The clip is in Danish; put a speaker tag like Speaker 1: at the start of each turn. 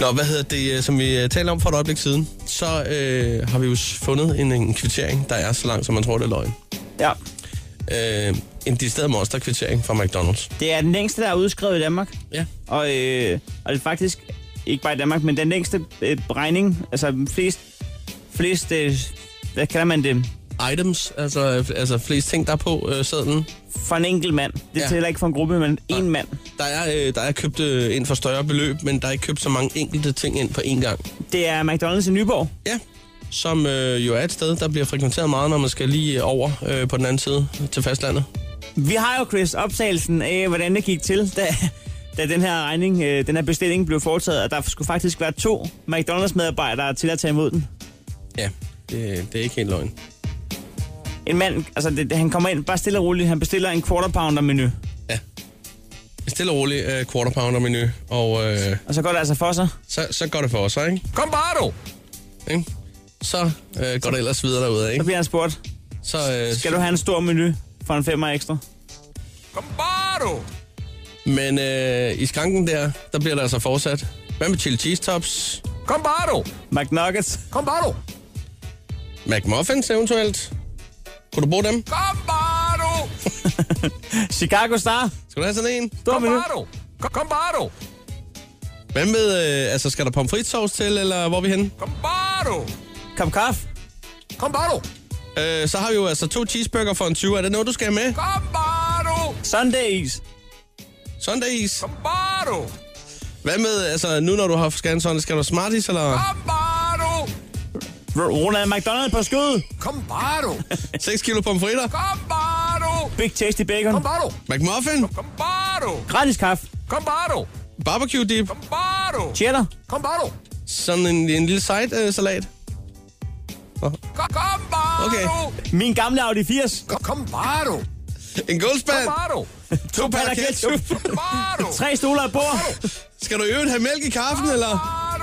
Speaker 1: Nå, hvad hedder det, øh, som vi øh, talte om for et øjeblik siden, så øh, har vi jo s- fundet en, en kvittering, der er så lang, som man tror, det er løgn.
Speaker 2: Ja.
Speaker 1: Øh, en distilleret monster-kvittering fra McDonald's.
Speaker 2: Det er den længste, der er udskrevet i Danmark.
Speaker 1: Ja.
Speaker 2: Og, øh, og det er faktisk ikke bare i Danmark, men den længste øh, regning, altså flest, flest øh, hvad kalder man det,
Speaker 1: Items, altså, øh, altså flest ting, der er på øh, sædlen.
Speaker 2: for en enkelt mand. Det
Speaker 1: Ja.
Speaker 2: ja. tæller ikke for en gruppe, men en mand.
Speaker 1: Der er, øh, der er købt øh, ind for større beløb, men der er ikke købt så mange enkelte ting ind på én gang.
Speaker 2: Det er McDonald's i Nyborg.
Speaker 1: Ja, som øh, jo er et sted, der bliver frekventeret meget, når man skal lige over øh, på den anden side til fastlandet.
Speaker 2: Vi har jo, Chris, optagelsen af, hvordan det gik til, da, da den her regning, øh, den her bestilling blev foretaget, og der skulle faktisk være to McDonald's-medarbejdere til at tage imod den.
Speaker 1: Ja, det, det er ikke helt løgn.
Speaker 2: En mand, altså det, han kommer ind bare stille og roligt, han bestiller en quarter pounder menu.
Speaker 1: Ja. Stille og roligt øh, quarter pounder menu, og øh,
Speaker 2: Og så går det altså for sig.
Speaker 1: så, så går det for os, ikke?
Speaker 3: Kom bare du!
Speaker 1: Ikke? Så øh, går det ellers videre derude,
Speaker 2: Så
Speaker 1: ikke?
Speaker 2: bliver han spurgt,
Speaker 1: Så, øh,
Speaker 2: skal du have en stor menu for en femmer ekstra?
Speaker 3: Kom bare du!
Speaker 1: men øh, i skranken der, der bliver der altså fortsat. Hvad med chili cheese tops?
Speaker 3: Kom bare du!
Speaker 2: McNuggets?
Speaker 3: Kom bare du!
Speaker 1: McMuffins eventuelt? Kunne du bruge dem?
Speaker 3: Kom bare du!
Speaker 2: Chicago Star?
Speaker 1: Skal du have sådan en?
Speaker 2: Stor
Speaker 3: Kom
Speaker 2: menu?
Speaker 3: bare du! Kom- Kom bare du!
Speaker 1: Hvad med, øh, altså skal der pomfritsauce til, eller hvor er vi henne?
Speaker 3: Kom bare du!
Speaker 2: Kop kaffe?
Speaker 3: Kom bare du!
Speaker 1: Øh, så har vi jo altså to cheeseburger for en 20. Er det noget, du skal have med?
Speaker 3: Kom bare du!
Speaker 2: Sunday is?
Speaker 1: Sunday is.
Speaker 3: Kom bare du!
Speaker 1: Hvad med, altså nu når du har skal have en sundae, skal du have Smarties, eller
Speaker 3: Kom bare du!
Speaker 2: R- Ronald McDonald på skud?
Speaker 3: Kom bare du!
Speaker 1: 6 kilo pomfritter?
Speaker 3: Kom bare du!
Speaker 2: Big Tasty Bacon?
Speaker 3: Kom bare du!
Speaker 1: McMuffin?
Speaker 3: Kom bare du!
Speaker 2: Gratis kaffe?
Speaker 3: Kom bare du!
Speaker 1: Barbecue dip?
Speaker 3: Kom bare du!
Speaker 2: Cheddar?
Speaker 3: Kom bare du!
Speaker 1: Sådan en, en lille side øh, salat?
Speaker 3: Kom- Kom bare
Speaker 1: Okay.
Speaker 3: du!
Speaker 2: Min gamle Audi 80?
Speaker 3: Kom- Kom bare du!
Speaker 1: En
Speaker 3: Kom
Speaker 1: goldspand?
Speaker 3: bare du!
Speaker 1: To pakker
Speaker 2: pakker
Speaker 1: ketchup?
Speaker 3: Kom bare du!
Speaker 2: Tre stoler af bord?
Speaker 1: Skal du i øvrigt have mælk i kaffen, eller?
Speaker 3: Bare